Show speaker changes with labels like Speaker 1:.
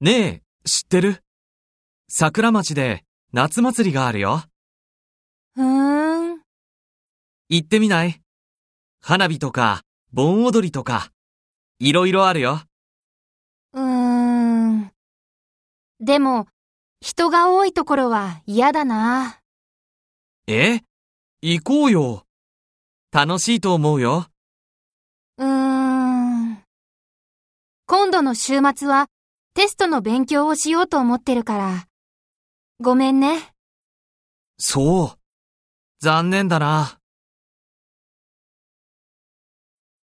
Speaker 1: ねえ、知ってる桜町で夏祭りがあるよ。
Speaker 2: うーん。
Speaker 1: 行ってみない花火とか、盆踊りとか、いろいろあるよ。
Speaker 2: うーん。でも、人が多いところは嫌だな。
Speaker 1: え行こうよ。楽しいと思うよ。
Speaker 2: うーん。今度の週末はテストの勉強をしようと思ってるから。ごめんね。
Speaker 1: そう。残念だな。